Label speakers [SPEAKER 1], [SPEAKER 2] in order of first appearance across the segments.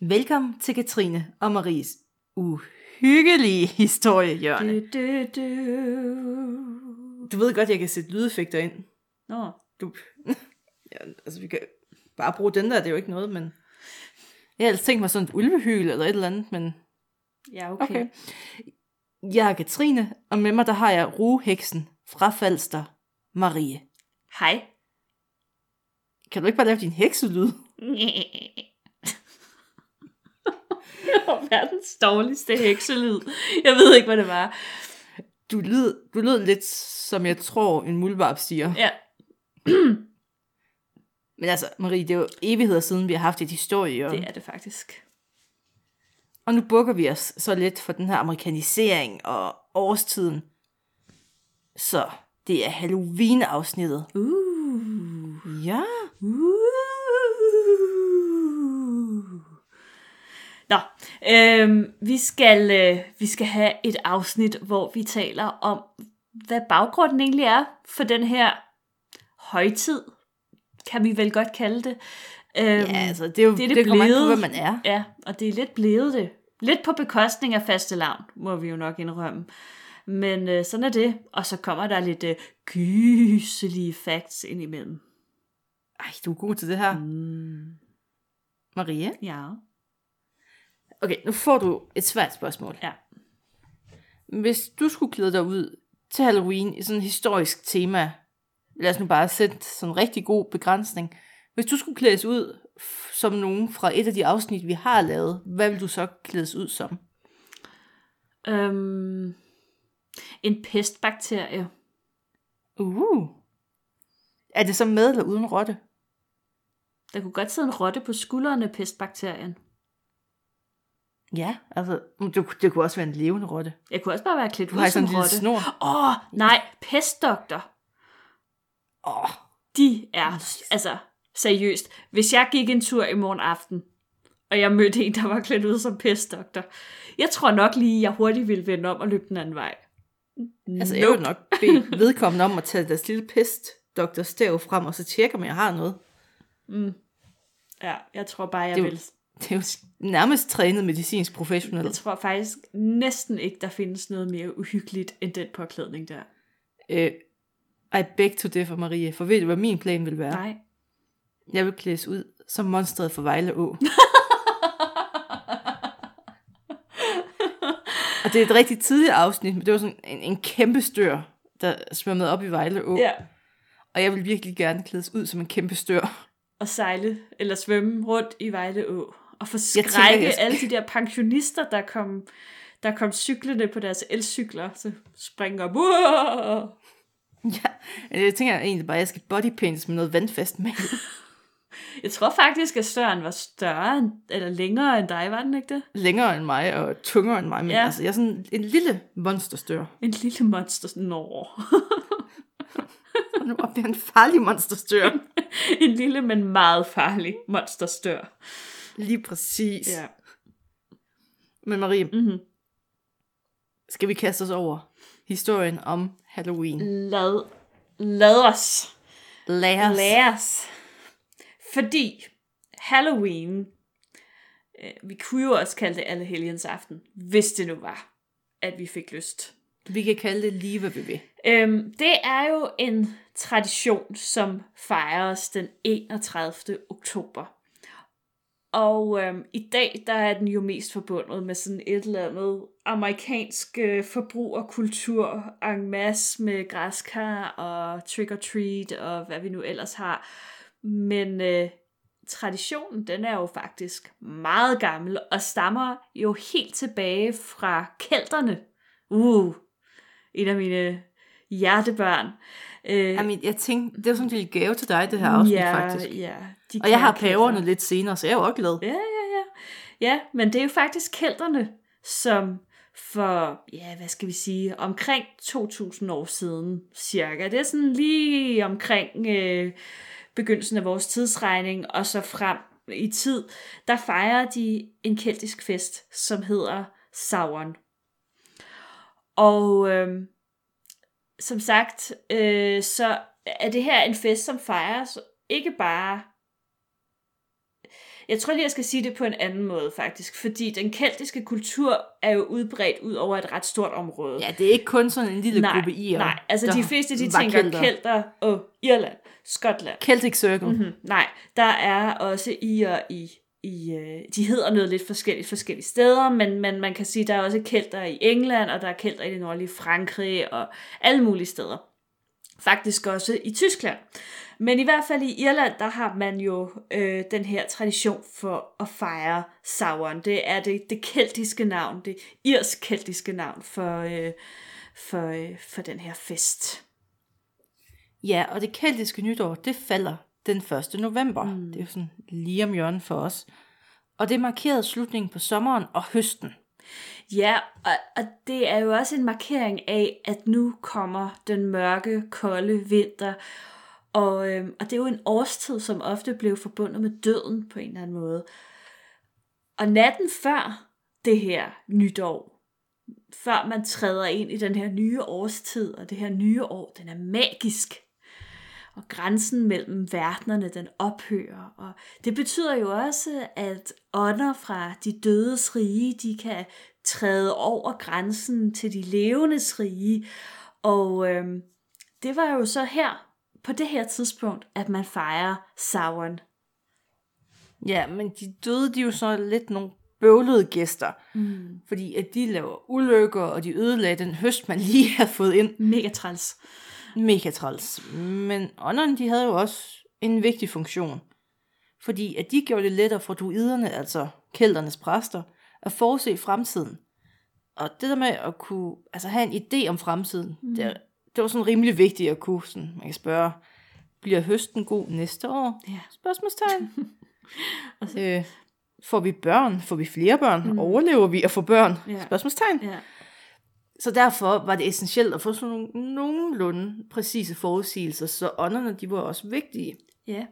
[SPEAKER 1] Velkommen til Katrine og Maries uhyggelige historiehjørne.
[SPEAKER 2] Du, du, du.
[SPEAKER 1] Du ved godt, jeg kan sætte lydeffekter ind.
[SPEAKER 2] Nå.
[SPEAKER 1] Du, ja, altså, vi kan bare bruge den der, det er jo ikke noget, men... Jeg havde ellers tænkt mig sådan et ulvehyl eller et eller andet, men
[SPEAKER 2] Ja, okay.
[SPEAKER 1] okay.
[SPEAKER 2] okay.
[SPEAKER 1] Jeg er Katrine, og med mig der har jeg ruheksen fra Falster, Marie.
[SPEAKER 2] Hej.
[SPEAKER 1] Kan du ikke bare lave din hekselyd?
[SPEAKER 2] Det var verdens dårligste hekselyd. Jeg ved ikke, hvad det var.
[SPEAKER 1] Du lød, du lød lidt, som jeg tror, en muldvarp siger.
[SPEAKER 2] Ja.
[SPEAKER 1] Men altså, Marie, det er jo evigheder siden, vi har haft et historie.
[SPEAKER 2] Det er det faktisk.
[SPEAKER 1] Og nu bukker vi os så lidt for den her amerikanisering og årstiden. Så det er Halloween-afsnittet.
[SPEAKER 2] Uh.
[SPEAKER 1] Ja.
[SPEAKER 2] Uh. Nå, øhm, vi, skal, øh, vi skal have et afsnit, hvor vi taler om, hvad baggrunden egentlig er for den her højtid, kan vi vel godt kalde det. Øhm,
[SPEAKER 1] ja, altså, det er jo det, er det, det kommer an på, hvad man er.
[SPEAKER 2] Ja, og det er lidt blevet det. Lidt på bekostning af faste lavn, må vi jo nok indrømme. Men øh, sådan er det. Og så kommer der lidt øh, gyselige facts ind imellem.
[SPEAKER 1] Ej, du er god til det her,
[SPEAKER 2] Mm,
[SPEAKER 1] Marie.
[SPEAKER 2] ja.
[SPEAKER 1] Okay, nu får du et svært spørgsmål.
[SPEAKER 2] Ja.
[SPEAKER 1] Hvis du skulle klæde dig ud til Halloween i sådan et historisk tema, lad os nu bare sætte sådan en rigtig god begrænsning. Hvis du skulle klædes ud f- som nogen fra et af de afsnit, vi har lavet, hvad vil du så klædes ud som?
[SPEAKER 2] Øhm, en pestbakterie.
[SPEAKER 1] Uh. Er det så med eller uden rotte?
[SPEAKER 2] Der kunne godt sidde en rotte på skulderen af pestbakterien.
[SPEAKER 1] Ja, altså, det, det kunne også være en levende rotte.
[SPEAKER 2] Jeg kunne også bare være klædt
[SPEAKER 1] Du har
[SPEAKER 2] ud
[SPEAKER 1] sådan
[SPEAKER 2] som
[SPEAKER 1] en lille
[SPEAKER 2] rotte.
[SPEAKER 1] snor.
[SPEAKER 2] Åh, oh, nej, pestdoktor.
[SPEAKER 1] Åh, oh,
[SPEAKER 2] De er, altså, seriøst. Hvis jeg gik en tur i morgen aften, og jeg mødte en, der var klædt ud som pestdoktor, jeg tror nok lige, jeg hurtigt ville vende om og løbe den anden vej.
[SPEAKER 1] altså jeg vil nok bede vedkommende om at tage deres lille pest, Dr. Stav frem, og så tjekke, om jeg har noget.
[SPEAKER 2] Mm. Ja, jeg tror bare,
[SPEAKER 1] Det
[SPEAKER 2] jeg det...
[SPEAKER 1] er jo-
[SPEAKER 2] vil.
[SPEAKER 1] Det er jo s- nærmest trænet medicinsk professionel.
[SPEAKER 2] Jeg tror faktisk næsten ikke, der findes noget mere uhyggeligt end den påklædning der.
[SPEAKER 1] Øh, I beg to differ, Marie, for ved du, hvad min plan vil være?
[SPEAKER 2] Ja. Nej.
[SPEAKER 1] Jeg vil klædes ud som monstret for Vejle Å. og det er et rigtig tidligt afsnit, men det var sådan en, en kæmpe stør, der svømmede op i Vejle Å.
[SPEAKER 2] Ja.
[SPEAKER 1] Og jeg vil virkelig gerne klædes ud som en kæmpe stør.
[SPEAKER 2] Og sejle, eller svømme rundt i Vejle Å. Og
[SPEAKER 1] Jeg tænker,
[SPEAKER 2] forskrække
[SPEAKER 1] jeg
[SPEAKER 2] jeg...
[SPEAKER 1] skal-
[SPEAKER 2] alle de der pensionister, der kom, der kom cyklerne på deres elcykler. Så springer op. Uah!
[SPEAKER 1] ja, jeg tænker egentlig bare, at jeg skal bodypaints med noget vandfast med.
[SPEAKER 2] Jeg tror faktisk, at Søren var større end, eller længere end dig, var den ikke det?
[SPEAKER 1] Længere end mig, og tungere end mig. Men ja.
[SPEAKER 2] Ja.
[SPEAKER 1] altså, jeg er sådan en lille monsterstør.
[SPEAKER 2] En lille monster. Nå.
[SPEAKER 1] Og nu bliver jeg en farlig monsterstør.
[SPEAKER 2] en lille, men meget farlig monsterstør.
[SPEAKER 1] Lige præcis.
[SPEAKER 2] Ja.
[SPEAKER 1] Men Marie,
[SPEAKER 2] Mm-hmm.
[SPEAKER 1] skal vi kaste os over historien om Halloween.
[SPEAKER 2] Lad, lad os.
[SPEAKER 1] Lad os.
[SPEAKER 2] Lad os. Fordi Halloween, øh, vi kunne jo også kalde det alle helgens aften, hvis det nu var, at vi fik lyst.
[SPEAKER 1] Vi kan kalde det lige, hvad vi vil.
[SPEAKER 2] Øhm, det er jo en tradition, som fejres den 31. oktober. Og øhm, i dag, der er den jo mest forbundet med sådan et eller andet amerikansk øh, forbrug og kultur en masse med græskar og trick-or-treat og hvad vi nu ellers har. Men øh, traditionen, den er jo faktisk meget gammel og stammer jo helt tilbage fra kelterne. Uh, en af mine hjertebørn. Øh,
[SPEAKER 1] Jamen, jeg tænkte, det var sådan en lille gave til dig, det her afsnit, ja, faktisk.
[SPEAKER 2] Ja, de
[SPEAKER 1] Og jeg har
[SPEAKER 2] kære kelter.
[SPEAKER 1] paverne lidt senere, så jeg er jo også glad.
[SPEAKER 2] Ja, ja, ja. Ja, men det er jo faktisk kelterne, som for, ja, hvad skal vi sige, omkring 2000 år siden cirka. Det er sådan lige omkring øh, begyndelsen af vores tidsregning og så frem i tid, der fejrer de en keltisk fest, som hedder Sauron. Og øh, som sagt, øh, så er det her en fest, som fejres ikke bare jeg tror lige, jeg skal sige det på en anden måde faktisk, fordi den keltiske kultur er jo udbredt ud over et ret stort område.
[SPEAKER 1] Ja, det er ikke kun sådan en lille
[SPEAKER 2] nej,
[SPEAKER 1] gruppe irer.
[SPEAKER 2] nej, altså
[SPEAKER 1] der
[SPEAKER 2] de fleste de
[SPEAKER 1] var
[SPEAKER 2] tænker
[SPEAKER 1] kelter.
[SPEAKER 2] kelter og Irland, Skotland.
[SPEAKER 1] Celtic Circle. Mm-hmm.
[SPEAKER 2] Mm-hmm. Nej, der er også irer i, i øh, de hedder noget lidt forskelligt forskellige steder, men, men man kan sige, der er også kelter i England, og der er kelter i det nordlige Frankrig, og alle mulige steder. Faktisk også i Tyskland. Men i hvert fald i Irland, der har man jo øh, den her tradition for at fejre sauron. Det er det, det keltiske navn, det irsk-keltiske navn for, øh, for, øh, for den her fest.
[SPEAKER 1] Ja, og det keltiske nytår, det falder den 1. november. Mm. Det er jo sådan lige om hjørnet for os. Og det markerede slutningen på sommeren og høsten.
[SPEAKER 2] Ja, og, og det er jo også en markering af, at nu kommer den mørke, kolde vinter. Og, øhm, og det er jo en årstid, som ofte blev forbundet med døden på en eller anden måde. Og natten før det her nytår, før man træder ind i den her nye årstid, og det her nye år, den er magisk. Og grænsen mellem verdenerne, den ophører. Og det betyder jo også, at ånder fra de dødes rige, de kan træde over grænsen til de levendes rige. Og øhm, det var jo så her, på det her tidspunkt, at man fejrer Sauron.
[SPEAKER 1] Ja, men de døde, de er jo så lidt nogle bøvlede gæster.
[SPEAKER 2] Mm.
[SPEAKER 1] Fordi at de laver ulykker, og de ødelagde den høst, man lige havde fået ind.
[SPEAKER 2] Mega træls.
[SPEAKER 1] Mega træls. Men ånderne, de havde jo også en vigtig funktion. Fordi at de gjorde det lettere for druiderne, altså kældernes præster, at forudse fremtiden. Og det der med at kunne altså have en idé om fremtiden, mm. det, det var sådan rimelig vigtigt at kunne. Sådan, man kan spørge, bliver høsten god næste år?
[SPEAKER 2] Ja.
[SPEAKER 1] Spørgsmålstegn. øh, får vi børn? Får vi flere børn? Mm. Overlever vi at få børn?
[SPEAKER 2] Ja.
[SPEAKER 1] Spørgsmålstegn.
[SPEAKER 2] Ja.
[SPEAKER 1] Så derfor var det essentielt at få sådan nogle nogenlunde præcise forudsigelser, så ånderne de var også vigtige.
[SPEAKER 2] ja.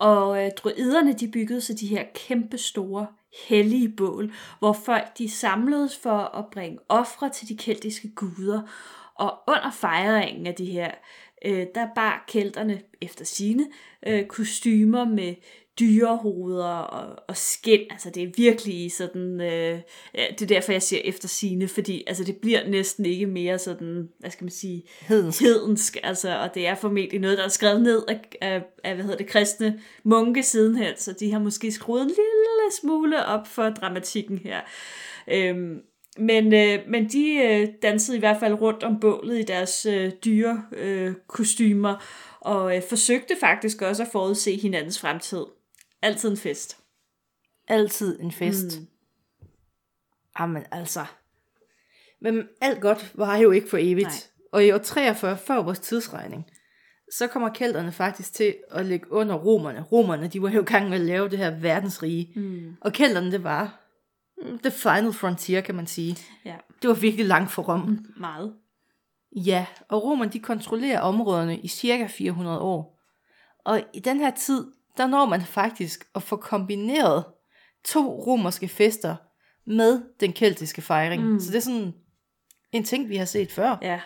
[SPEAKER 2] Og øh, druiderne, de byggede så de her kæmpe store hellige bål, hvor folk de samledes for at bringe ofre til de keltiske guder. Og under fejringen af de her, øh, der bar kelterne efter sine øh, kostymer med dyrehoveder og, og skin. Altså det er virkelig sådan, øh, ja, det er derfor jeg siger efter sine, fordi altså, det bliver næsten ikke mere sådan, hvad skal man sige,
[SPEAKER 1] Hedensk.
[SPEAKER 2] hedensk altså, og det er formentlig noget, der er skrevet ned af, af, af hvad hedder det, kristne munke sidenhen, så de har måske skruet en lille smule op for dramatikken her. Øhm, men, øh, men de øh, dansede i hvert fald rundt om bålet i deres øh, dyre øh, kostymer, og øh, forsøgte faktisk også at forudse hinandens fremtid. Altid en fest.
[SPEAKER 1] Altid en fest. Mm. Jamen altså. Men alt godt var jo ikke for evigt.
[SPEAKER 2] Nej.
[SPEAKER 1] Og i år 43, før vores tidsregning, så kommer kælderne faktisk til at ligge under romerne. Romerne, de var jo i gang med at lave det her verdensrige. Mm. Og kælderne, det var mm, the final frontier, kan man sige.
[SPEAKER 2] Ja,
[SPEAKER 1] Det var virkelig langt for Rom. Mm.
[SPEAKER 2] meget.
[SPEAKER 1] Ja, og romerne de kontrollerer områderne i cirka 400 år. Og i den her tid, der når man faktisk at få kombineret to romerske fester med den keltiske fejring. Mm. Så det er sådan en ting, vi har set før. Ja.
[SPEAKER 2] Ja.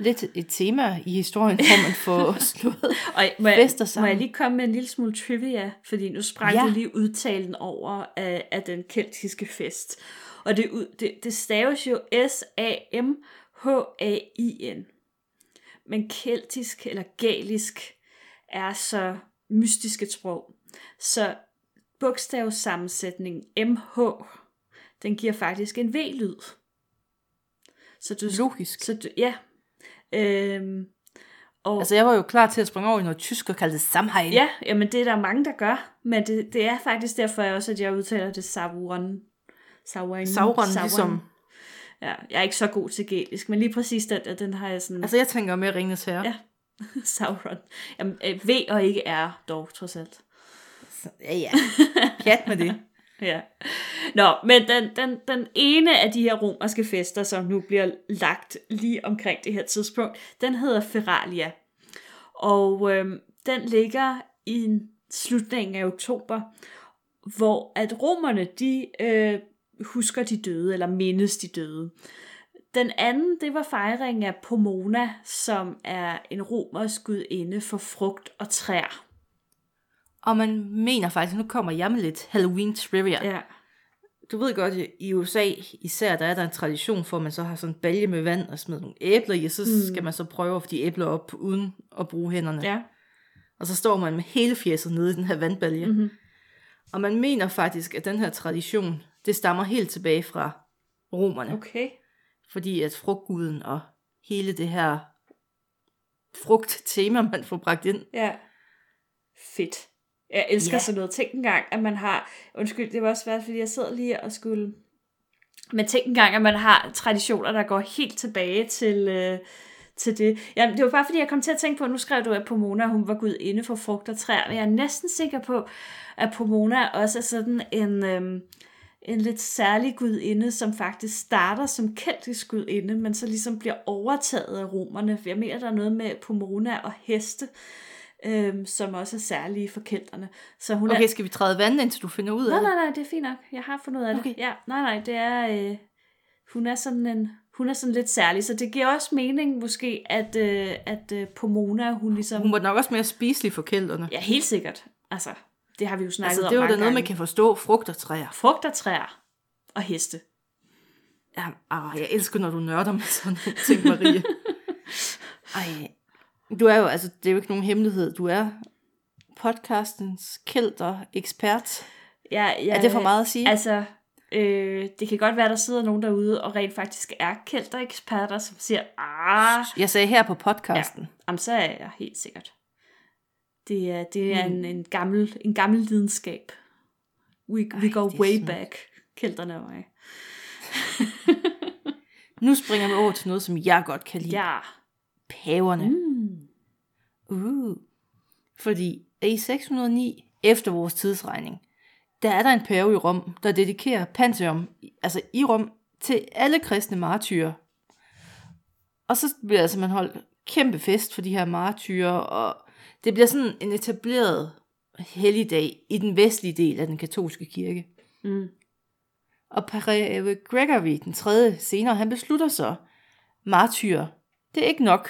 [SPEAKER 1] Lidt et tema i historien, hvor man får slået.
[SPEAKER 2] Og må jeg,
[SPEAKER 1] fester
[SPEAKER 2] må
[SPEAKER 1] sammen.
[SPEAKER 2] jeg lige komme med en lille smule trivia, fordi nu sprang
[SPEAKER 1] Ja.
[SPEAKER 2] ja. du lige udtalen over af, af den keltiske fest. Og det, ud- det, det staves jo S-A-M-H-A-I-N. Men keltisk eller galisk er så mystisk et sprog. Så bogstavsammensætningen MH, den giver faktisk en V-lyd. Så du,
[SPEAKER 1] Logisk.
[SPEAKER 2] så du, ja. Øhm, og,
[SPEAKER 1] Altså jeg var jo klar til at springe over i noget tysk og kalde det Samhain.
[SPEAKER 2] Ja, jamen det er der mange, der gør, men det, det er faktisk derfor jeg også, at jeg udtaler det Sauron. Sauron,
[SPEAKER 1] Sauron, ligesom.
[SPEAKER 2] Ja, jeg er ikke så god til gælisk, men lige præcis den, der, den har jeg sådan...
[SPEAKER 1] Altså
[SPEAKER 2] Altså,
[SPEAKER 1] jeg tænker mere Ringnes Herre.
[SPEAKER 2] ja, Sauron. Jamen, øh, V og ikke R dog, trods alt.
[SPEAKER 1] ja. ja. Pjat med det.
[SPEAKER 2] Ja. Nå, men den, den, den ene af de her romerske fester, som nu bliver lagt lige omkring det her tidspunkt, den hedder Feralia. Og øhm, den ligger i en- slutningen af oktober, hvor at romerne, de øh, husker de døde, eller mindes de døde. Den anden, det var fejringen af Pomona, som er en romersk gudinde for frugt og træer.
[SPEAKER 1] Og man mener faktisk, nu kommer jeg med lidt Halloween trivia.
[SPEAKER 2] Ja.
[SPEAKER 1] Du ved godt, i USA især, der er der en tradition for, at man så har sådan en balje med vand og smider nogle æbler i, og så mm. skal man så prøve at få de æbler op, uden at bruge hænderne.
[SPEAKER 2] Ja.
[SPEAKER 1] Og så står man med hele fjeset nede i den her vandbalje.
[SPEAKER 2] Mhm.
[SPEAKER 1] Og man mener faktisk, at den her tradition, det stammer helt tilbage fra romerne.
[SPEAKER 2] Okay.
[SPEAKER 1] Fordi at frugtguden og hele det her frugttema, man får bragt ind.
[SPEAKER 2] Ja. Fedt. Jeg elsker
[SPEAKER 1] Ja.
[SPEAKER 2] ja. sådan noget. Tænk engang, at man har... Undskyld, det var også svært, fordi jeg sidder lige og skulle... Men tænk engang, at man har traditioner, der går helt tilbage til, øh, til det. Jamen, det var bare, fordi jeg kom til at tænke på, nu skrev du, at Pomona, hun var gud inde for frugt og træer, men jeg er næsten sikker på, at Pomona også er sådan en, øh, en lidt særlig gudinde, som faktisk starter som keltisk gudinde, men så ligesom bliver overtaget af romerne. For Jeg mener, der er noget med Pomona og heste, øhm, som også er særlige for kelterne. Så hun
[SPEAKER 1] Okay,
[SPEAKER 2] er...
[SPEAKER 1] skal vi træde vandet, indtil du finder ud af
[SPEAKER 2] Nej,
[SPEAKER 1] det?
[SPEAKER 2] nej, nej, det er fint nok. Jeg har fundet ud af det.
[SPEAKER 1] Okay.
[SPEAKER 2] Ja, nej, nej, det er... Øh, hun er sådan en... Hun er sådan lidt særlig, så det giver også mening måske, at, øh, at øh, Pomona, hun ligesom...
[SPEAKER 1] Hun var nok også mere spiselig for kælderne.
[SPEAKER 2] Ja, helt sikkert. Altså, det har vi jo snakket
[SPEAKER 1] altså,
[SPEAKER 2] om
[SPEAKER 1] det er jo
[SPEAKER 2] mange
[SPEAKER 1] da noget,
[SPEAKER 2] gange.
[SPEAKER 1] man kan forstå. Frugt og træer.
[SPEAKER 2] Frugt og træer og heste.
[SPEAKER 1] Ja, arh, jeg elsker, når du nørder med sådan nogle ting, Marie. Ej, du er jo, altså, det er jo ikke nogen hemmelighed. Du er podcastens kælder ekspert.
[SPEAKER 2] Ja, ja,
[SPEAKER 1] Er det for meget at sige?
[SPEAKER 2] Altså, øh, det kan godt være, der sidder nogen derude og rent faktisk er kældereksperter, som siger, ah,
[SPEAKER 1] Jeg sagde her på podcasten.
[SPEAKER 2] jamen, så er jeg helt sikkert. Det er, det
[SPEAKER 1] Mm.
[SPEAKER 2] er en, en, gammel, en gammel videnskab. We, we
[SPEAKER 1] Ej,
[SPEAKER 2] go
[SPEAKER 1] det er
[SPEAKER 2] way
[SPEAKER 1] smukt.
[SPEAKER 2] back, kælderne og øh, mig.
[SPEAKER 1] Nu springer vi over til noget, som jeg godt kan lide.
[SPEAKER 2] Ja.
[SPEAKER 1] Paverne.
[SPEAKER 2] Mm.
[SPEAKER 1] Uh. Fordi i 609, efter vores tidsregning, der er der en pave i Rom, der dedikerer Pantheon, altså i Rom, til alle kristne martyrer. Og så bliver altså man holdt kæmpe fest for de her martyrer, og det bliver sådan en etableret helligdag i den vestlige del af den katolske kirke.
[SPEAKER 2] Mm.
[SPEAKER 1] Og pave Gregory den tredje senere, han beslutter så, martyrer, det er ikke nok.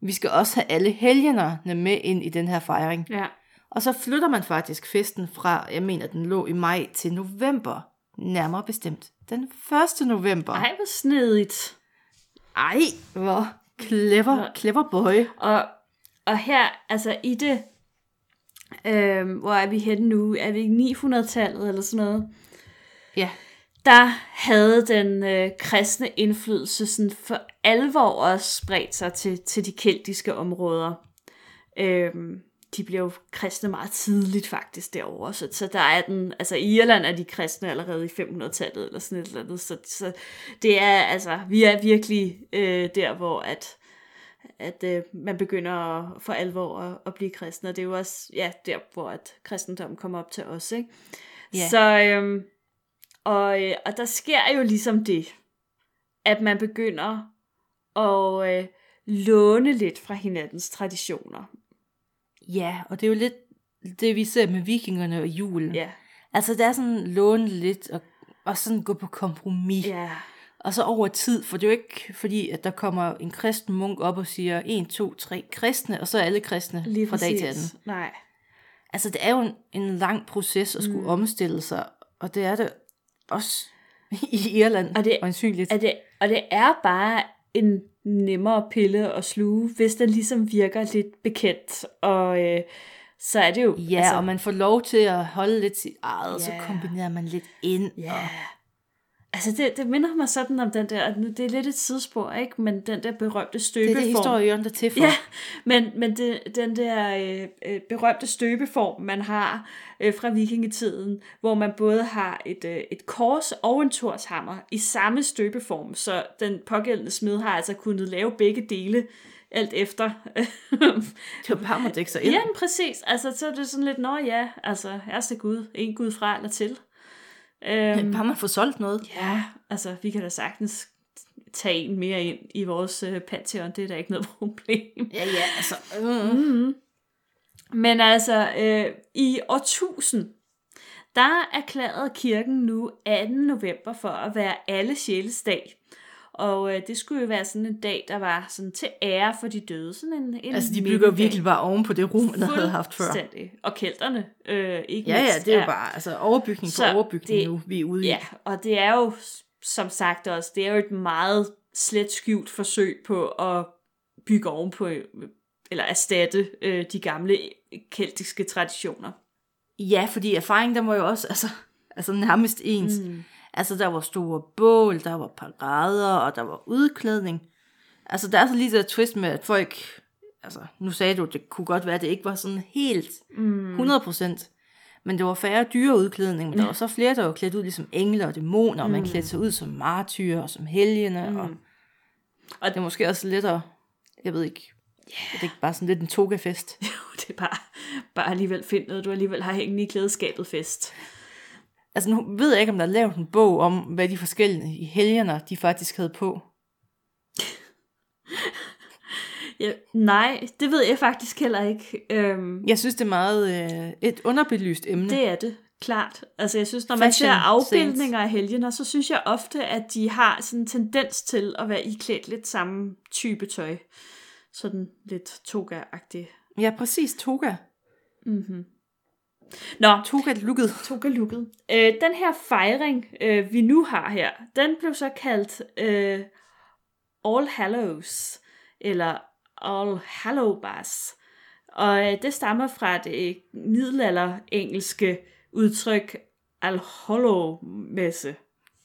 [SPEAKER 1] Vi skal også have alle helgenerne med ind i den her fejring.
[SPEAKER 2] Ja.
[SPEAKER 1] Og så flytter man faktisk festen fra, jeg mener den lå i maj, til november. Nærmere bestemt den 1. november.
[SPEAKER 2] Ej, hvor snedigt.
[SPEAKER 1] Ej hvor clever, clever boy.
[SPEAKER 2] Og, og her, altså i det, øhm, hvor er vi henne nu? Er vi i 900-tallet eller sådan noget?
[SPEAKER 1] Ja,
[SPEAKER 2] Der havde den øh, kristne indflydelse sådan for alvor også spredt sig til, til de keltiske områder. Øhm, de blev jo kristne meget tidligt faktisk derovre, så, så der er den, altså i Irland er de kristne allerede i 500-tallet eller sådan et eller andet, så, så det er altså, vi er virkelig øh, der, hvor at, at øh, man begynder at, for alvor at, at blive kristen, og det er jo også, ja, der hvor at kristendommen kommer op til os, ikke?
[SPEAKER 1] Ja.
[SPEAKER 2] Så, øhm, og, øh, og der sker jo ligesom det, at man begynder at øh, låne lidt fra hinandens traditioner.
[SPEAKER 1] ja, og det er jo lidt det, vi ser med vikingerne og julen.
[SPEAKER 2] Ja,
[SPEAKER 1] Altså, der er sådan låne lidt og, og sådan gå på kompromis.
[SPEAKER 2] ja,
[SPEAKER 1] Og så over tid, for det er jo ikke fordi, at der kommer en kristen munk op og siger 1, 2, 3 kristne, og så er alle kristne
[SPEAKER 2] lige
[SPEAKER 1] fra dag til anden.
[SPEAKER 2] præcis. Nej.
[SPEAKER 1] Altså, det er jo en, en lang proces at skulle mm. omstille sig, og det er det også i Irland,
[SPEAKER 2] Og det-
[SPEAKER 1] ansynligt.
[SPEAKER 2] Og det, og det er bare en nemmere pille at sluge, hvis den ligesom virker lidt bekendt, og øh, så er det jo...
[SPEAKER 1] Ja, altså, og man får lov til at holde lidt sit eget, og så
[SPEAKER 2] Ja.
[SPEAKER 1] kombinerer man lidt ind.
[SPEAKER 2] Ja.
[SPEAKER 1] Og,
[SPEAKER 2] Altså, det, det minder mig sådan om den der, og nu, det er lidt et sidespor, ikke? Men den der berømte
[SPEAKER 1] det er
[SPEAKER 2] støbeform.
[SPEAKER 1] det, historien der er til for.
[SPEAKER 2] Ja, men, men det, den der øh, øh, berømte støbeform, man har øh, fra vikingetiden, hvor man både har et, øh, et kors og en torshammer i samme støbeform, så den pågældende smed har altså kunnet lave begge dele alt efter.
[SPEAKER 1] Det er jo bare, man dækker sig ind.
[SPEAKER 2] Jamen præcis, altså så er det sådan lidt, nå ja, altså herreste Gud, en Gud fra eller til. Øhm,
[SPEAKER 1] Bare man får solgt noget.
[SPEAKER 2] ja, altså vi kan da sagtens tage en mere ind i vores øh, pantheon, det er da ikke noget problem.
[SPEAKER 1] Ja, ja, altså. Øh.
[SPEAKER 2] Men altså, øh, i årtusind, der erklærede kirken nu 2. november for at være alle sjæles dag. Og øh, det skulle jo være sådan en dag, der var sådan til ære for de døde. Sådan en, en
[SPEAKER 1] Altså, de bygger
[SPEAKER 2] mindedag.
[SPEAKER 1] virkelig bare oven på det rum, man havde haft før.
[SPEAKER 2] Mm. Fuldstændig. Og kælterne, øh, ikke
[SPEAKER 1] Ja, ja,
[SPEAKER 2] mindst.
[SPEAKER 1] det er jo bare altså, overbygning på
[SPEAKER 2] Så
[SPEAKER 1] overbygning
[SPEAKER 2] det-
[SPEAKER 1] nu, vi er ude i.
[SPEAKER 2] Ja, og det er jo, som sagt også, det er jo et meget slet skjult forsøg på at bygge ovenpå, øh, eller erstatte øh, de gamle keltiske traditioner.
[SPEAKER 1] Ja, fordi erfaring, der må jo også, altså, altså nærmest ens. Mm. Altså, der var store bål, der var parader, og der var udklædning. Altså, der er så lige det der twist med, at folk, altså, nu sagde du, det kunne godt være, at det ikke var sådan helt
[SPEAKER 2] Mm.
[SPEAKER 1] 100 procent. Men det var færre dyre udklædning, men der var så flere, der var klædt ud ligesom engle og dæmoner, og man
[SPEAKER 2] Mm.
[SPEAKER 1] klædte sig ud som martyrer og som helgener, mm. og,
[SPEAKER 2] Mm.
[SPEAKER 1] og det er måske også lidt at, jeg ved ikke, yeah. det er ikke bare sådan lidt en togafest.
[SPEAKER 2] Det er bare, bare alligevel find noget, du alligevel har hængende i klædeskabet fest.
[SPEAKER 1] Altså nu ved jeg ikke, om der er lavet en bog om, hvad de forskellige helgener, de faktisk havde på.
[SPEAKER 2] Ja, nej, det ved jeg faktisk heller ikke. Øhm,
[SPEAKER 1] Jeg synes, det er meget øh, et underbelyst emne. Det...
[SPEAKER 2] Det er det, klart. Altså jeg synes, når man
[SPEAKER 1] Fashion
[SPEAKER 2] ser afbildninger af helgener, så synes jeg ofte, at de har sådan en tendens til at være iklædt lidt samme type tøj. Sådan lidt toga-agtigt.
[SPEAKER 1] Ja, præcis. Toga.
[SPEAKER 2] Mm-hmm. Nå,
[SPEAKER 1] Toga lukket.
[SPEAKER 2] toga-looket. Øh, den her fejring, øh, vi nu har her, den blev så kaldt øh, All Hallows, eller All Hallowbars. Og øh, det stammer fra det middelalder-engelske udtryk Al Hollow-messe,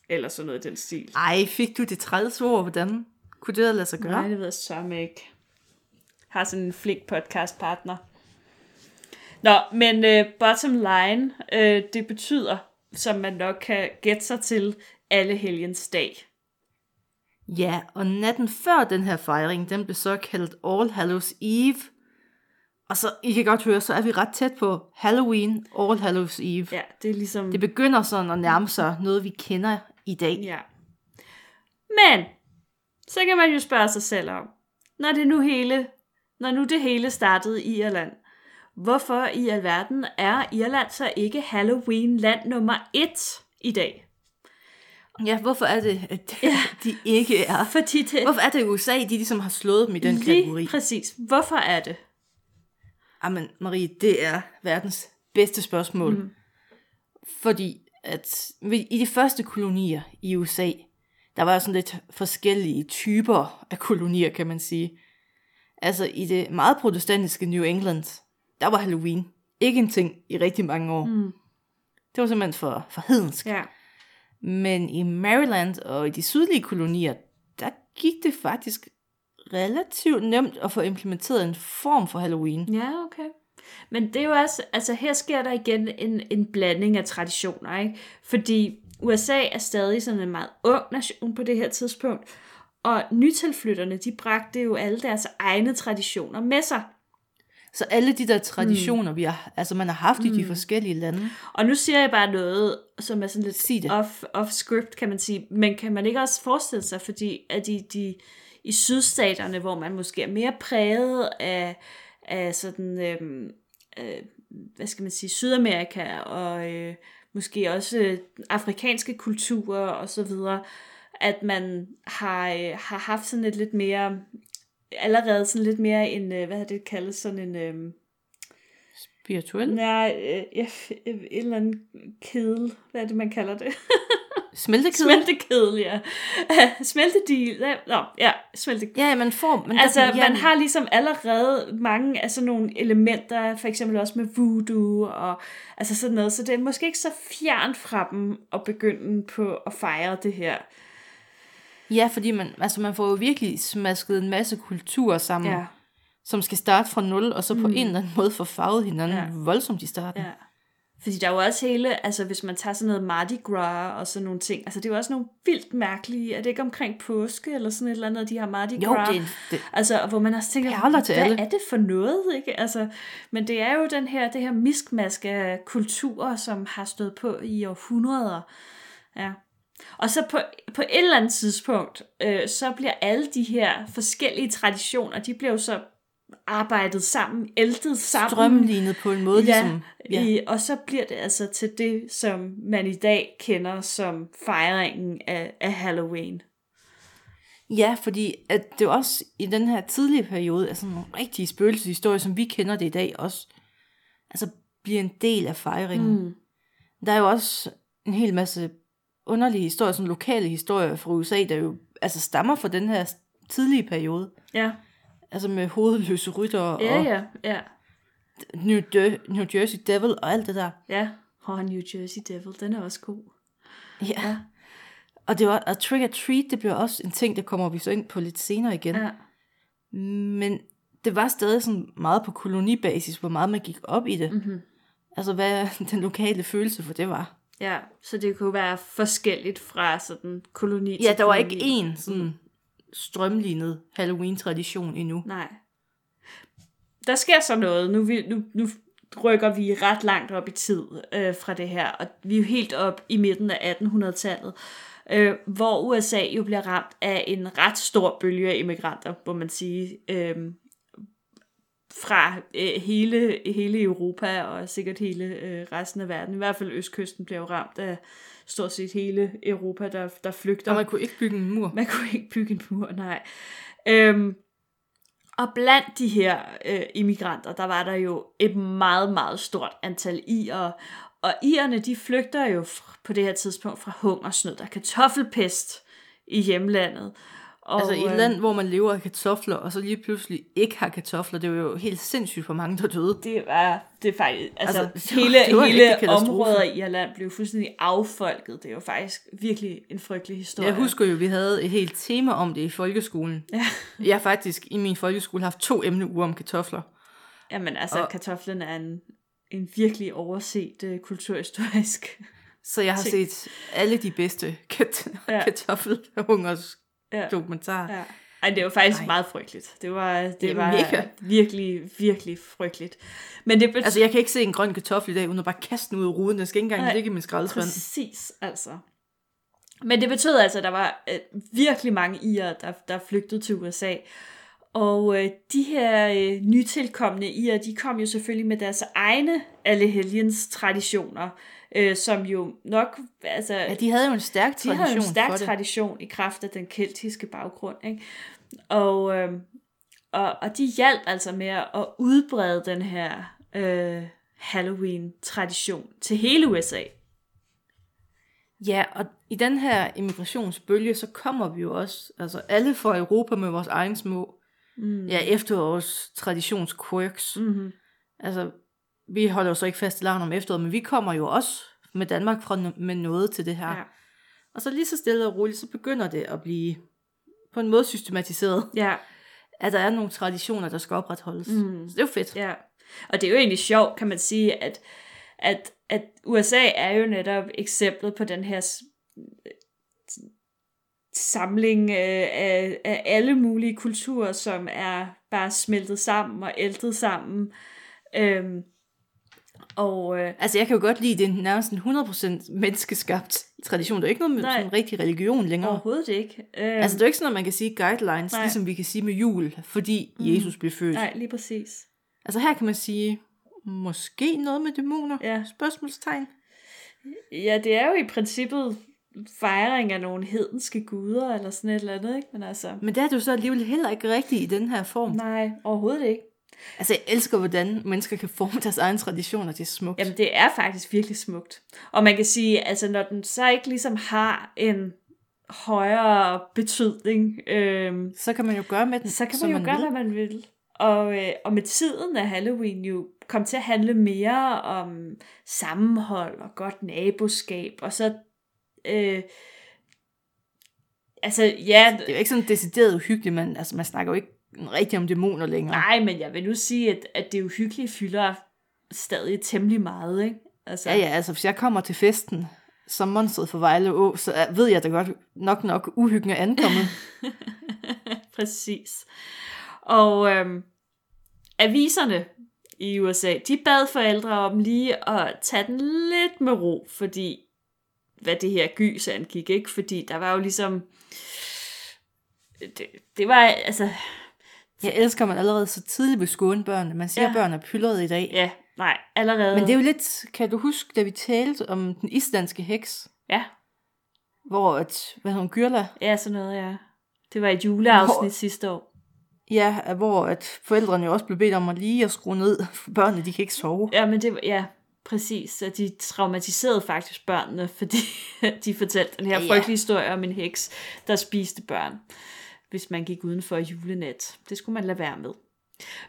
[SPEAKER 2] eller sådan noget i den stil.
[SPEAKER 1] Ej, fik du det 30 ord? Hvordan kunne det lade sig gøre?
[SPEAKER 2] Nej, det ved jeg sørme ikke. Har sådan en flink podcast partner. Nå, men øh, bottom line, øh, det betyder, som man nok kan gætte sig til, alle helgens dag.
[SPEAKER 1] Ja, og natten før den her fejring, den blev så kaldt All Hallows Eve. Og så, I kan godt høre, så er vi ret tæt på Halloween, All Hallows Eve. Ja.
[SPEAKER 2] Ja, det er ligesom...
[SPEAKER 1] Det begynder sådan at nærme sig noget, vi kender i dag.
[SPEAKER 2] Ja. Men, så kan man jo spørge sig selv om, når det nu hele, når nu det hele startede i Irland, hvorfor i alverden er Irland så ikke Halloween-land nummer et i dag?
[SPEAKER 1] Ja, hvorfor er det, at de ikke er?
[SPEAKER 2] Fordi det,
[SPEAKER 1] Hvorfor er det, at USA de ligesom har slået dem i den
[SPEAKER 2] Lige
[SPEAKER 1] kategori?
[SPEAKER 2] præcis. Hvorfor er det?
[SPEAKER 1] Jamen, Marie, det er verdens bedste spørgsmål. Mm. Fordi at ved- i de første kolonier i USA, der var jo sådan lidt forskellige typer af kolonier, kan man sige. Altså i det meget protestantiske New England, der var Halloween ikke en ting i rigtig mange år.
[SPEAKER 2] Mm.
[SPEAKER 1] Det var simpelthen for, for hedensk.
[SPEAKER 2] Ja.
[SPEAKER 1] Men i Maryland og i de sydlige kolonier, der gik det faktisk relativt nemt at få implementeret en form for Halloween.
[SPEAKER 2] Ja, okay. Men det er jo også, altså her sker der igen en, en blanding af traditioner, ikke? Fordi USA er stadig sådan en meget ung nation på det her tidspunkt, og nytilflytterne, de bragte jo alle deres egne traditioner med sig.
[SPEAKER 1] Så alle de der traditioner, mm. vi har, altså man har haft mm. i de forskellige lande.
[SPEAKER 2] Og nu siger jeg bare noget, som er sådan lidt
[SPEAKER 1] Sig det.
[SPEAKER 2] off, off script, kan man sige. Men kan man ikke også forestille sig, fordi at i, de, i sydstaterne, hvor man måske er mere præget af, af sådan, øhm, øh, hvad skal man sige, Sydamerika og øh, måske også øh, afrikanske kulturer og så videre, at man har, øh, har haft sådan et lidt mere, allerede sådan lidt mere en, øh, hvad er det kaldes, sådan en... Øh,
[SPEAKER 1] Spirituel?
[SPEAKER 2] Nej, øh, ja, f- øh, et eller andet kedel. Hvad er det, man kalder det?
[SPEAKER 1] Smeltekedel?
[SPEAKER 2] Smeltekedel, ja. Smeltedil. ja, Nå, ja, smeltekedel.
[SPEAKER 1] Ja, man får... Men
[SPEAKER 2] Altså,
[SPEAKER 1] der, ja,
[SPEAKER 2] man har ligesom allerede mange af sådan nogle elementer, for eksempel også med voodoo og altså sådan noget, så det er måske ikke så fjernt fra dem at begynde på at fejre det her.
[SPEAKER 1] Ja, fordi man, altså, man får jo virkelig smasket en masse kulturer sammen, ja.
[SPEAKER 2] Ja,
[SPEAKER 1] som skal starte fra nul, og så på mm. en eller anden måde få farvet hinanden
[SPEAKER 2] Ja.
[SPEAKER 1] ja. voldsomt i starten.
[SPEAKER 2] ja. Fordi der er jo også hele, altså hvis man tager sådan noget Mardi Gras og sådan nogle ting, altså det er jo også nogle vildt mærkelige, er det ikke omkring påske eller sådan et eller andet, de har Mardi Gras?
[SPEAKER 1] Jo, det, er en- det,
[SPEAKER 2] Altså, og hvor man også tænker,
[SPEAKER 1] Perler til
[SPEAKER 2] hvad
[SPEAKER 1] alle."
[SPEAKER 2] er det for noget? Ikke? Altså, men det er jo den her, det her miskmask af kulturer, som har stået på i århundreder. Ja. Og så på, på et eller andet tidspunkt, øh, så bliver alle de her forskellige traditioner, de bliver jo så arbejdet sammen, æltet sammen.
[SPEAKER 1] strømlignet på en måde,
[SPEAKER 2] Ja,
[SPEAKER 1] ligesom...
[SPEAKER 2] ja. I, og så bliver det altså til det, som man i dag kender som fejringen af, af Halloween.
[SPEAKER 1] Ja, fordi at det er jo også i den her tidlige periode, altså nogle rigtige spøgelseshistorier, som vi kender det i dag også, altså bliver en del af fejringen. Mm. Der er jo også en hel masse underlige historier, sådan lokale historier fra USA, der jo altså stammer fra den her tidlige periode.
[SPEAKER 2] Ja,
[SPEAKER 1] Altså med hovedløse rytter
[SPEAKER 2] ja,
[SPEAKER 1] og
[SPEAKER 2] ja, ja.
[SPEAKER 1] New, De- New Jersey Devil og alt det der.
[SPEAKER 2] ja. Og New Jersey Devil, den er også god.
[SPEAKER 1] Ja. ja. Og, det var, og trick or treat, det bliver også en ting, der kommer vi så ind på lidt senere igen.
[SPEAKER 2] Ja.
[SPEAKER 1] Men det var stadig sådan meget på kolonibasis, hvor meget man gik op i det. Mm-hmm. Altså hvad den lokale følelse for det var.
[SPEAKER 2] ja, så det kunne være forskelligt fra sådan koloni
[SPEAKER 1] Ja,
[SPEAKER 2] til
[SPEAKER 1] der var
[SPEAKER 2] koloni.
[SPEAKER 1] ikke én sådan Mm. strømlignet Halloween-tradition endnu.
[SPEAKER 2] Nej. Der sker så noget. Nu, vi, nu, nu rykker vi ret langt op i tid øh, fra det her, og vi er jo helt op i midten af 1800-tallet, øh, hvor USA jo bliver ramt af en ret stor bølge af immigranter, må man sige, øh, fra øh, hele, hele Europa og sikkert hele øh, resten af verden. I hvert fald Østkysten bliver jo ramt af stort set hele Europa, der, der flygter.
[SPEAKER 1] Og man kunne ikke bygge en mur.
[SPEAKER 2] Man kunne ikke bygge en mur, nej. Øhm, og blandt de her øh, immigranter, der var der jo et meget, meget stort antal irer. Og irerne, de flygter jo f- på det her tidspunkt fra hungersnød og kartoffelpest i hjemlandet. Og,
[SPEAKER 1] Altså i
[SPEAKER 2] øh,
[SPEAKER 1] et land, hvor man lever af kartofler, og så lige pludselig ikke har kartofler, det var jo helt sindssygt for mange, der døde.
[SPEAKER 2] det var det er faktisk, altså,
[SPEAKER 1] Altså,
[SPEAKER 2] altså
[SPEAKER 1] det var-
[SPEAKER 2] hele,
[SPEAKER 1] det var en rigtig
[SPEAKER 2] hele
[SPEAKER 1] katastrofe.
[SPEAKER 2] områder i Irland blev fuldstændig affolket. Det var faktisk virkelig en frygtelig historie.
[SPEAKER 1] Jeg husker jo, vi havde et helt tema om det i folkeskolen.
[SPEAKER 2] Ja.
[SPEAKER 1] Jeg har faktisk i min folkeskole haft to emneuger om kartofler.
[SPEAKER 2] Jamen altså,
[SPEAKER 1] Og-
[SPEAKER 2] og... kartoflen er en, en virkelig overset øh, kulturhistorisk.
[SPEAKER 1] Så jeg har
[SPEAKER 2] Ting.
[SPEAKER 1] set alle de bedste kat- ja.
[SPEAKER 2] Ja.
[SPEAKER 1] kartoffelhungers
[SPEAKER 2] Ja.
[SPEAKER 1] dokumentarer. Ja.
[SPEAKER 2] Ja. Ej, det var faktisk
[SPEAKER 1] Nej.
[SPEAKER 2] Ej. meget frygteligt. Det var, det
[SPEAKER 1] er
[SPEAKER 2] var
[SPEAKER 1] mega.
[SPEAKER 2] virkelig, virkelig frygteligt. Men det betød
[SPEAKER 1] Altså, jeg kan ikke se en grøn kartoffel i dag, uden at bare kaste den ud af ruden. Den skal ikke engang
[SPEAKER 2] Nej,
[SPEAKER 1] ligge i min skraldespand.
[SPEAKER 2] præcis, altså. Men det betød altså, at der var øh, virkelig mange irer, der, der flygtede til USA. Og øh, de her øh, nytilkommende irer, de kom jo selvfølgelig med deres egne Allehelgens traditioner, øh, som jo nok... Altså,
[SPEAKER 1] Ja, de havde jo en stærk
[SPEAKER 2] de
[SPEAKER 1] tradition
[SPEAKER 2] har jo en
[SPEAKER 1] for
[SPEAKER 2] stærk
[SPEAKER 1] det.
[SPEAKER 2] tradition i kraft af den keltiske baggrund. Ikke? Og, øh, og, og de hjalp altså med at udbrede den her øh, Halloween-tradition til hele USA.
[SPEAKER 1] Ja, og i den her immigrationsbølge, så kommer vi jo også, altså alle fra Europa med vores egen små, mm. ja, efterårs traditionsquirks.
[SPEAKER 2] Mm-hmm.
[SPEAKER 1] Altså, vi holder jo så ikke fast i larven om efteråret, men vi kommer jo også med Danmark fra, no- med noget til det her. Ja.
[SPEAKER 2] Ja.
[SPEAKER 1] Og så lige så stille og roligt, så begynder det at blive på en måde systematiseret,
[SPEAKER 2] Ja,
[SPEAKER 1] at der er nogle traditioner, der skal opretholdes. Mm. Så det er jo fedt.
[SPEAKER 2] ja. Og det er jo egentlig sjovt, kan man sige, at, at, at USA er jo netop eksemplet på den her s- samling øh, af, af alle mulige kulturer, som er bare smeltet sammen og æltet sammen. Øhm, og øh,
[SPEAKER 1] Altså, jeg kan jo godt lide, at det er nærmest en 100% menneskeskabt tradition. Det er jo ikke noget med
[SPEAKER 2] Nej.
[SPEAKER 1] sådan rigtig religion længere.
[SPEAKER 2] overhovedet ikke. Øhm,
[SPEAKER 1] Altså, det er jo ikke sådan, at man kan sige guidelines, Nej.
[SPEAKER 2] Nej.
[SPEAKER 1] ligesom vi kan sige med jul, fordi mm. Jesus blev født. Nej.
[SPEAKER 2] nej, lige præcis.
[SPEAKER 1] Altså, her kan man sige, måske noget med dæmoner?
[SPEAKER 2] Ja.
[SPEAKER 1] Spørgsmålstegn?
[SPEAKER 2] Ja, det er jo i princippet fejring af nogle hedenske guder eller sådan et eller andet, ikke? Men altså,
[SPEAKER 1] Men det er det jo så alligevel heller ikke rigtigt i den her form. Nej.
[SPEAKER 2] nej, overhovedet ikke.
[SPEAKER 1] Altså, jeg elsker, hvordan mennesker kan forme deres egen traditioner. Det er smukt.
[SPEAKER 2] Jamen, det er faktisk virkelig smukt. Og man kan sige, altså når den så ikke ligesom har en højere betydning, øh,
[SPEAKER 1] Så kan man jo gøre med den,
[SPEAKER 2] så kan
[SPEAKER 1] som
[SPEAKER 2] man jo gøre,
[SPEAKER 1] vil.
[SPEAKER 2] hvad man vil. Og, øh, og med tiden er Halloween jo kom til at handle mere om sammenhold og godt naboskab, og så... Øh, altså, ja...
[SPEAKER 1] Det er jo ikke sådan decideret uhyggeligt, men altså, man snakker jo ikke rigtig om dæmoner længere.
[SPEAKER 2] Nej, men jeg vil nu sige, at, at det uhyggelige fylder stadig temmelig meget, ikke? Altså,
[SPEAKER 1] Ja, ja, altså, hvis jeg kommer til festen som monstret for Vejle Å, så er- ved jeg da godt nok nok uhyggen er ankommet.
[SPEAKER 2] Præcis. Og øhm, aviserne i USA, de bad forældre om lige at tage den lidt med ro, fordi hvad det her gys angik, ikke? Fordi der var jo ligesom... Det, det var, altså...
[SPEAKER 1] Jeg elsker, at man allerede så tidligt vil skåne børnene. Man siger, ja.
[SPEAKER 2] Ja.
[SPEAKER 1] at børn er pyldret i dag. Ja.
[SPEAKER 2] Ja, nej, allerede...
[SPEAKER 1] Men det er jo lidt, kan du huske, da vi talte om den islandske heks,
[SPEAKER 2] Ja,
[SPEAKER 1] hvor, at, hvad hedder hun, Gyrla,
[SPEAKER 2] ja, sådan noget, ja. Det var et juleafsnit Hvor... sidste år.
[SPEAKER 1] Ja, at hvor at forældrene jo også blev bedt om at lige at skrue ned, for børnene de kan ikke sove.
[SPEAKER 2] Ja, men det var, ja, præcis. Og de traumatiserede faktisk børnene, fordi de fortalte den her
[SPEAKER 1] Ja.
[SPEAKER 2] ja. frygtelige historie om en heks, der spiste børn, hvis man gik udenfor i julenat. Det skulle man lade være med.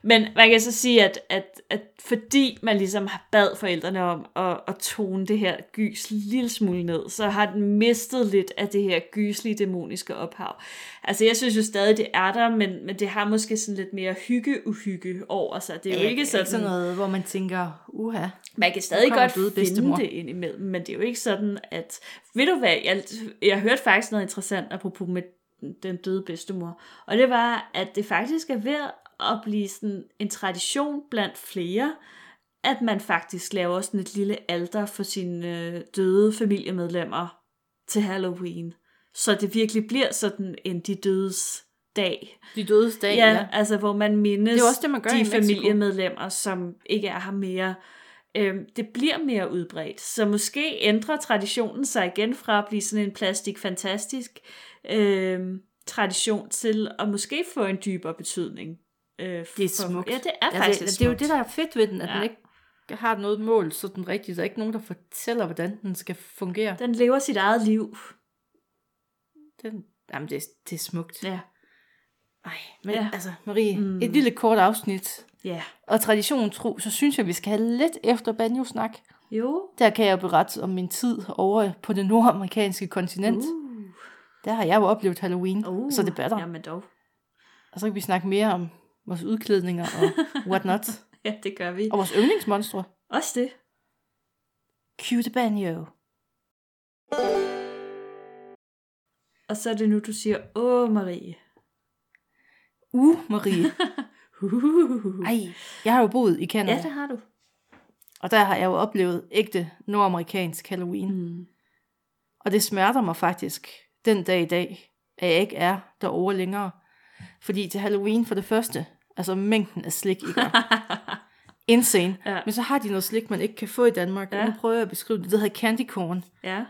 [SPEAKER 2] Men man kan så sige, at, at, at fordi man ligesom har bad forældrene om at, at tone det her gys en lille smule ned, så har den mistet lidt af det her gyslige dæmoniske ophav. Altså jeg synes jo stadig, det er der, men, men det har måske sådan lidt mere hygge-uhygge over sig. Det er jo ikke sådan,
[SPEAKER 1] sådan noget, hvor man tænker, uha.
[SPEAKER 2] man kan stadig
[SPEAKER 1] kommer
[SPEAKER 2] godt
[SPEAKER 1] døde
[SPEAKER 2] finde
[SPEAKER 1] bedstemor.
[SPEAKER 2] det indimellem, men det er jo ikke sådan, at... Ved du hvad, jeg, jeg hørte faktisk noget interessant apropos med den døde bedstemor, og det var, at det faktisk er ved at blive sådan en tradition blandt flere, at man faktisk laver sådan et lille alter for sine øh, døde familiemedlemmer til Halloween. Så det virkelig bliver sådan en de dødes dag.
[SPEAKER 1] De dødes dag,
[SPEAKER 2] Ja, ja, altså hvor man mindes
[SPEAKER 1] Det er jo også det, man gør
[SPEAKER 2] de
[SPEAKER 1] i Mexico.
[SPEAKER 2] familiemedlemmer, som ikke er her mere. Øhm, det bliver mere udbredt, så måske ændrer traditionen sig igen fra at blive sådan en plastik-fantastisk øhm, tradition til at måske få en dybere betydning. Øh,
[SPEAKER 1] Det er smukt.
[SPEAKER 2] Ja, det er faktisk
[SPEAKER 1] altså,
[SPEAKER 2] smukt.
[SPEAKER 1] Det er jo det, der er fedt ved den, at ja.
[SPEAKER 2] Ja.
[SPEAKER 1] den ikke har noget mål sådan rigtigt. Der er ikke nogen, der fortæller, hvordan den skal fungere.
[SPEAKER 2] Den lever sit eget liv.
[SPEAKER 1] Den, jamen, det, er- det er smukt.
[SPEAKER 2] Ja.
[SPEAKER 1] Ej, men ja.
[SPEAKER 2] Ja.
[SPEAKER 1] altså, Marie, mm.
[SPEAKER 2] Mm.
[SPEAKER 1] et lille kort afsnit.
[SPEAKER 2] ja.
[SPEAKER 1] Og traditionen tro, så synes jeg, vi skal have lidt efter banjo-snak.
[SPEAKER 2] Jo.
[SPEAKER 1] Der kan jeg berette om min tid over på det nordamerikanske kontinent. Uh. Der har jeg jo oplevet Halloween, uh. så det batter.
[SPEAKER 2] Jamen dog.
[SPEAKER 1] Og så kan vi snakke mere om vores udklædninger og whatnot.
[SPEAKER 2] Ja, det gør vi.
[SPEAKER 1] og vores yndlingsmonstre.
[SPEAKER 2] Også det.
[SPEAKER 1] Cute banjo.
[SPEAKER 2] Og så er det nu, du siger, åh Marie.
[SPEAKER 1] Uh, Marie.
[SPEAKER 2] Uh.
[SPEAKER 1] Ej, jeg har jo boet i Canada,
[SPEAKER 2] Ja,
[SPEAKER 1] ja,
[SPEAKER 2] det har du.
[SPEAKER 1] og der har jeg jo oplevet ægte nordamerikansk Halloween. Mm.
[SPEAKER 2] Mm.
[SPEAKER 1] Og det smerter mig faktisk den dag i dag, at jeg ikke er derovre længere. Fordi til Halloween for det første, altså mængden af slik, ikke? Insane.
[SPEAKER 2] Ja.
[SPEAKER 1] Men så har de noget slik, man ikke kan få i Danmark. Ja.
[SPEAKER 2] Ja.
[SPEAKER 1] Og nu prøver jeg at beskrive det. Det hedder candy corn.
[SPEAKER 2] Ja.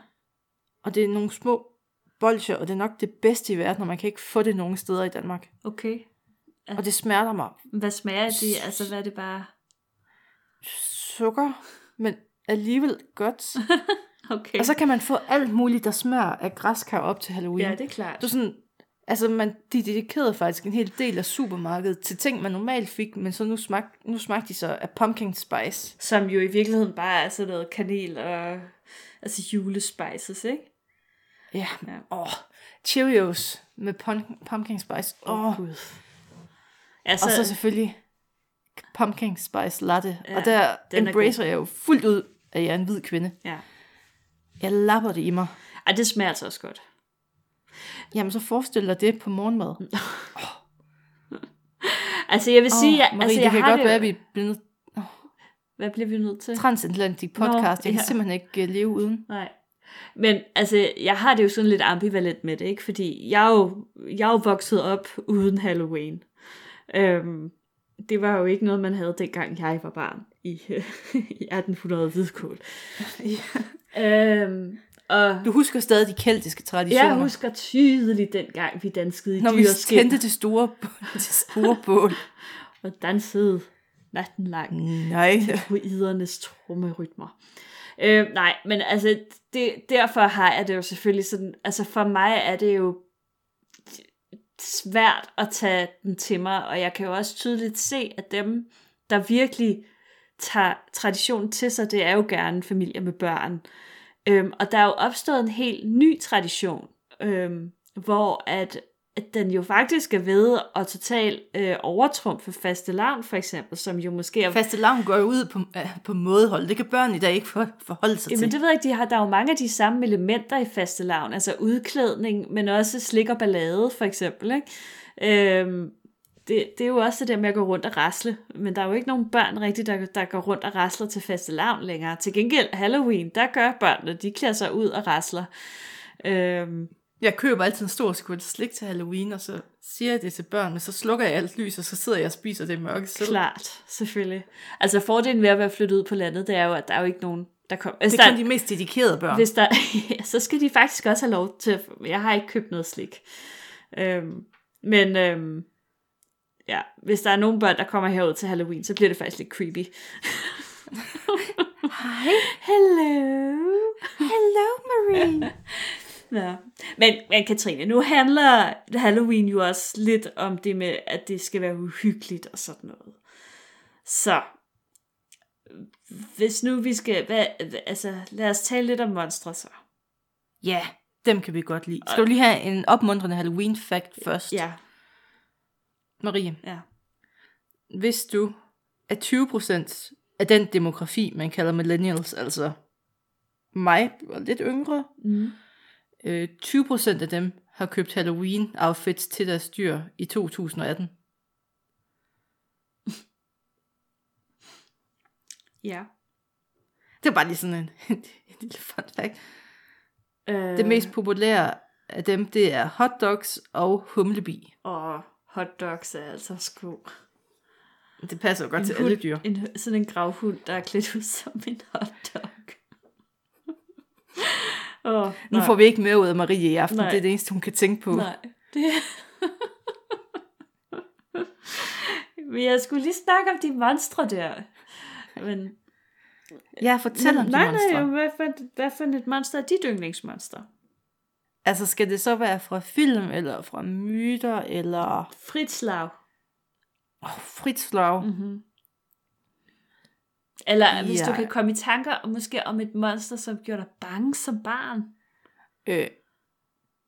[SPEAKER 1] Og det er nogle små bolcher, og det er nok det bedste i verden, og man kan ikke få det nogen steder i Danmark.
[SPEAKER 2] Okay. Ja.
[SPEAKER 1] Og det smerter mig
[SPEAKER 2] Hvad smager det? Altså, hvad er det bare?
[SPEAKER 1] sukker, men alligevel godt.
[SPEAKER 2] Okay.
[SPEAKER 1] Og så kan man få alt muligt, der smager af græskar op til Halloween.
[SPEAKER 2] ja, det er klart.
[SPEAKER 1] Det er sådan, altså man, de dedikerede faktisk en hel del af supermarkedet til ting, man normalt fik, men så nu, smag, nu smagte de så af pumpkin spice.
[SPEAKER 2] Som jo i virkeligheden bare er sådan noget kanel og altså julespices, ikke?
[SPEAKER 1] Ja,
[SPEAKER 2] Ja.
[SPEAKER 1] åh, oh, Cheerios med pun- pumpkin spice. Åh, oh.
[SPEAKER 2] Gud. Altså,
[SPEAKER 1] og så selvfølgelig pumpkin spice latte. Ja,
[SPEAKER 2] Ja,
[SPEAKER 1] og der
[SPEAKER 2] den er
[SPEAKER 1] embracer jeg jo fuldt ud, at jeg er en hvid kvinde.
[SPEAKER 2] ja.
[SPEAKER 1] Jeg lapper det i mig.
[SPEAKER 2] Ej, det smager altså også godt.
[SPEAKER 1] Jamen så forestil dig det på morgenmad.
[SPEAKER 2] Altså, jeg vil
[SPEAKER 1] Åh,
[SPEAKER 2] sige, jeg,
[SPEAKER 1] Marie,
[SPEAKER 2] altså,
[SPEAKER 1] det
[SPEAKER 2] jeg
[SPEAKER 1] kan
[SPEAKER 2] har
[SPEAKER 1] godt
[SPEAKER 2] det, jo-
[SPEAKER 1] være, at vi bliver nødt
[SPEAKER 2] Hvad bliver vi nødt til?
[SPEAKER 1] transatlantic podcast. Nå,
[SPEAKER 2] Nå,
[SPEAKER 1] jeg kan ja.
[SPEAKER 2] ja.
[SPEAKER 1] simpelthen ikke uh, leve uden.
[SPEAKER 2] Nej. Men altså, jeg har det jo sådan lidt ambivalent med det, ikke? Fordi jeg er jo, jeg er jo vokset op uden Halloween. Øhm, det var jo ikke noget, man havde dengang jeg var barn i, i 1800 hvidkål. ja. øhm, og
[SPEAKER 1] Du husker stadig de keltiske traditioner.
[SPEAKER 2] jeg husker tydeligt dengang, vi danskede i
[SPEAKER 1] Når vi
[SPEAKER 2] dyreskin
[SPEAKER 1] tændte det store, det store bål.
[SPEAKER 2] og dansede natten lang.
[SPEAKER 1] Nej.
[SPEAKER 2] druidernes trommerytmer. Øh, nej, men altså, det, derfor har jeg det jo selvfølgelig sådan, altså for mig er det jo svært at tage den til mig, og jeg kan jo også tydeligt se, at dem, der virkelig tager traditionen til sig, det er jo gerne familier med børn. Øhm, og der er jo opstået en helt ny tradition, øhm, hvor at, at den jo faktisk er ved at totalt øh, overtrumfe faste lavn, for eksempel, som jo måske er
[SPEAKER 1] Faste lavn går jo ud på, øh, på mådehold. Det kan børn i dag ikke for, forholde sig
[SPEAKER 2] Jamen
[SPEAKER 1] til.
[SPEAKER 2] det ved jeg ikke, de har, der er jo mange af de samme elementer i fastelavn, altså udklædning, men også slik og ballade for eksempel. Ikke? Øhm, det, det er jo også det der med at gå rundt og rasle, men der er jo ikke nogen børn rigtigt, der, der går rundt og rasler til fastelavn længere. Til gengæld Halloween, der gør børnene, de klæder sig ud og rasler. Øhm,
[SPEAKER 1] Jeg køber altid en stor skål slik til Halloween, og så siger jeg det til børnene, så slukker jeg alt lys, og så sidder jeg og spiser det mørke selv.
[SPEAKER 2] klart, selvfølgelig. Altså fordelen ved at være flyttet ud på landet, det er jo, at der er jo ikke nogen, der kommer.
[SPEAKER 1] Det er kun de mest dedikerede børn.
[SPEAKER 2] Hvis der, ja, så skal de faktisk også have lov til at... Jeg har ikke købt noget slik. Øhm, men øhm, ja, hvis der er nogen børn, der kommer herud til Halloween, så bliver det faktisk lidt creepy.
[SPEAKER 1] Hej.
[SPEAKER 2] Hello!
[SPEAKER 1] Hello, Marie.
[SPEAKER 2] Ja. Men, men Katrine, nu handler Halloween jo også lidt om det med, at det skal være uhyggeligt og sådan noget. Så, hvis nu vi skal, hvad, altså lad os tale lidt om monstre så.
[SPEAKER 1] ja, dem kan vi godt lide. Skal du lige have en opmuntrende Halloween-fact først?
[SPEAKER 2] Ja,
[SPEAKER 1] Marie,
[SPEAKER 2] ja.
[SPEAKER 1] vidste du, at 20% af den demografi, man kalder millennials, altså mig og lidt yngre,
[SPEAKER 2] Mm.
[SPEAKER 1] øh, 20% af dem har købt Halloween-outfits til deres dyr i 2018.
[SPEAKER 2] Ja.
[SPEAKER 1] Det var bare lige sådan en, en, lille fun fact.
[SPEAKER 2] Øh,
[SPEAKER 1] Det mest populære af dem, det er hotdogs og humlebi.
[SPEAKER 2] Og hotdogs er altså sko.
[SPEAKER 1] Det passer jo godt til
[SPEAKER 2] hund-
[SPEAKER 1] alle dyr.
[SPEAKER 2] En, sådan en gravhund, der er klædt ud som en hotdog. oh,
[SPEAKER 1] Nu får vi ikke mere ud af Marie i aften.
[SPEAKER 2] Nej.
[SPEAKER 1] Det er det eneste, hun kan tænke på.
[SPEAKER 2] Nej, det... Men jeg skulle lige snakke om de monstre der. Men,
[SPEAKER 1] Ja, fortæl om de
[SPEAKER 2] nej,
[SPEAKER 1] monstre.
[SPEAKER 2] nej, hvad for, hvad for et monster er dit yndlingsmonster?
[SPEAKER 1] Altså, skal det så være fra film, eller fra myter, eller
[SPEAKER 2] Frit slag.
[SPEAKER 1] oh, frit slag? Mm.
[SPEAKER 2] Mm-hmm. Eller hvis du
[SPEAKER 1] Ja.
[SPEAKER 2] kan komme i tanker om- måske om et monster, som gjorde dig bange som barn.
[SPEAKER 1] Øh,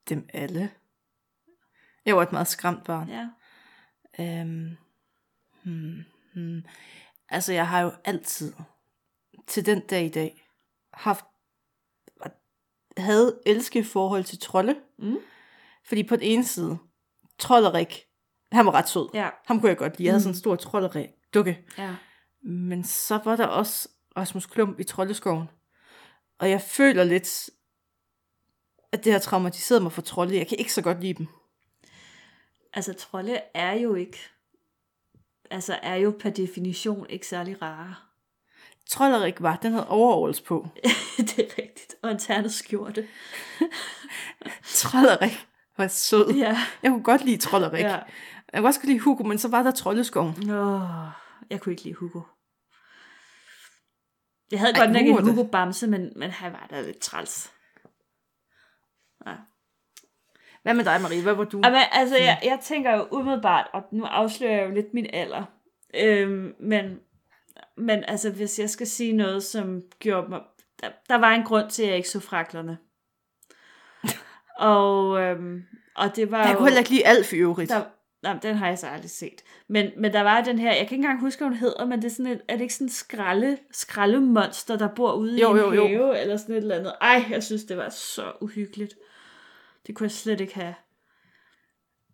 [SPEAKER 1] dem alle. Jeg var et meget skræmt barn.
[SPEAKER 2] Ja.
[SPEAKER 1] Øhm, hmm, hmm. Altså, jeg har jo altid, til den dag i dag, haft, havde elsket forhold til trolde.
[SPEAKER 2] Mm.
[SPEAKER 1] Fordi på den ene side, Trollerik, han var ret sød.
[SPEAKER 2] Ja. Mm.
[SPEAKER 1] Ham kunne jeg godt lide. Jeg havde sådan en stor Trollerik-dukke.
[SPEAKER 2] ja.
[SPEAKER 1] Men så var der også Rasmus Klump i Troldeskoven. Og jeg føler lidt, at det har traumatiseret mig for trolde. Jeg kan ikke så godt lide dem.
[SPEAKER 2] Altså trolde er jo ikke, altså er jo per definition ikke særlig rare.
[SPEAKER 1] Trollerik var, den havde overalls på.
[SPEAKER 2] det er rigtigt. Og en ternet skjorte.
[SPEAKER 1] Trollerik var sød.
[SPEAKER 2] Ja.
[SPEAKER 1] Jeg kunne godt lide Trollerik. Ja.
[SPEAKER 2] ja.
[SPEAKER 1] Jeg kunne også godt lide Hugo, men så var der Troldeskoven.
[SPEAKER 2] Åh, jeg kunne ikke lide Hugo. Jeg havde
[SPEAKER 1] Ej,
[SPEAKER 2] godt nok
[SPEAKER 1] Hugo er
[SPEAKER 2] en
[SPEAKER 1] det-
[SPEAKER 2] Hugo Bamse, men, men han var da lidt træls. Ja.
[SPEAKER 1] Hvad med dig, Marie? Hvad var du?
[SPEAKER 2] Jamen, altså, jeg, jeg tænker jo umiddelbart, og nu afslører jeg jo lidt min alder, øhm, men, men altså, hvis jeg skal sige noget, som gjorde mig... Der, der var en grund til, at jeg ikke så fraklerne. og, øhm, og det var
[SPEAKER 1] Jeg
[SPEAKER 2] jo...
[SPEAKER 1] kunne heller ikke lide Alf i øvrigt.
[SPEAKER 2] Der, nej, den har jeg så aldrig set. Men, men der var den her, jeg kan ikke engang huske, hvad hun hedder, men det er, sådan et, er det ikke sådan en skralde, skraldemonster, der bor ude
[SPEAKER 1] Jo,
[SPEAKER 2] i en
[SPEAKER 1] jo, jo.
[SPEAKER 2] have, eller sådan et eller andet. Ej, jeg synes, det var så uhyggeligt. Det kunne jeg slet ikke have.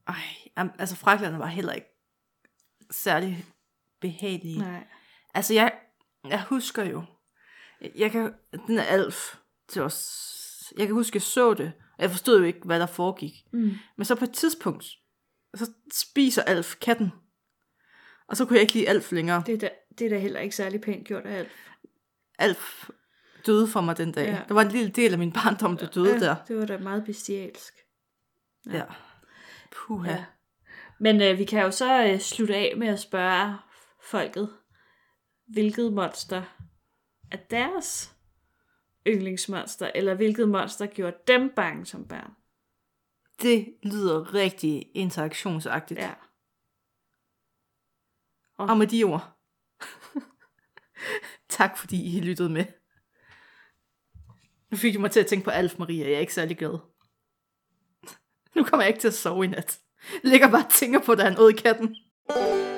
[SPEAKER 1] Ej, am- altså fraklerne var heller ikke særlig behagelige. Nej.
[SPEAKER 2] Nej.
[SPEAKER 1] Altså jeg, jeg husker jo, jeg kan, den er Alf til os. Jeg kan huske, jeg så det, og jeg forstod jo ikke, hvad der foregik.
[SPEAKER 2] Mm.
[SPEAKER 1] Men så på et tidspunkt, så spiser Alf katten. Og så kunne jeg ikke lide Alf længere.
[SPEAKER 2] Det, er da, det er da heller ikke særlig pænt gjort af alt.
[SPEAKER 1] Alf døde for mig den dag.
[SPEAKER 2] Ja.
[SPEAKER 1] Ja. Der var en lille del af min barndom, der døde ja. der.
[SPEAKER 2] Det var da meget bestialsk.
[SPEAKER 1] Ja. Puha. Ja.
[SPEAKER 2] Men øh, vi kan jo så øh, slutte af med at spørge folket, hvilket monster er deres yndlingsmonster, eller hvilket monster gjorde dem bange som børn.
[SPEAKER 1] Det lyder rigtig interaktionsagtigt.
[SPEAKER 2] Ja.
[SPEAKER 1] Ja. Og med de ord. tak fordi I lyttede med. Nu fik du mig til at tænke på Alf Maria. Jeg er ikke særlig glad. Nu kommer jeg ikke til at sove i nat. Jeg ligger bare og tænker på, da han åd katten.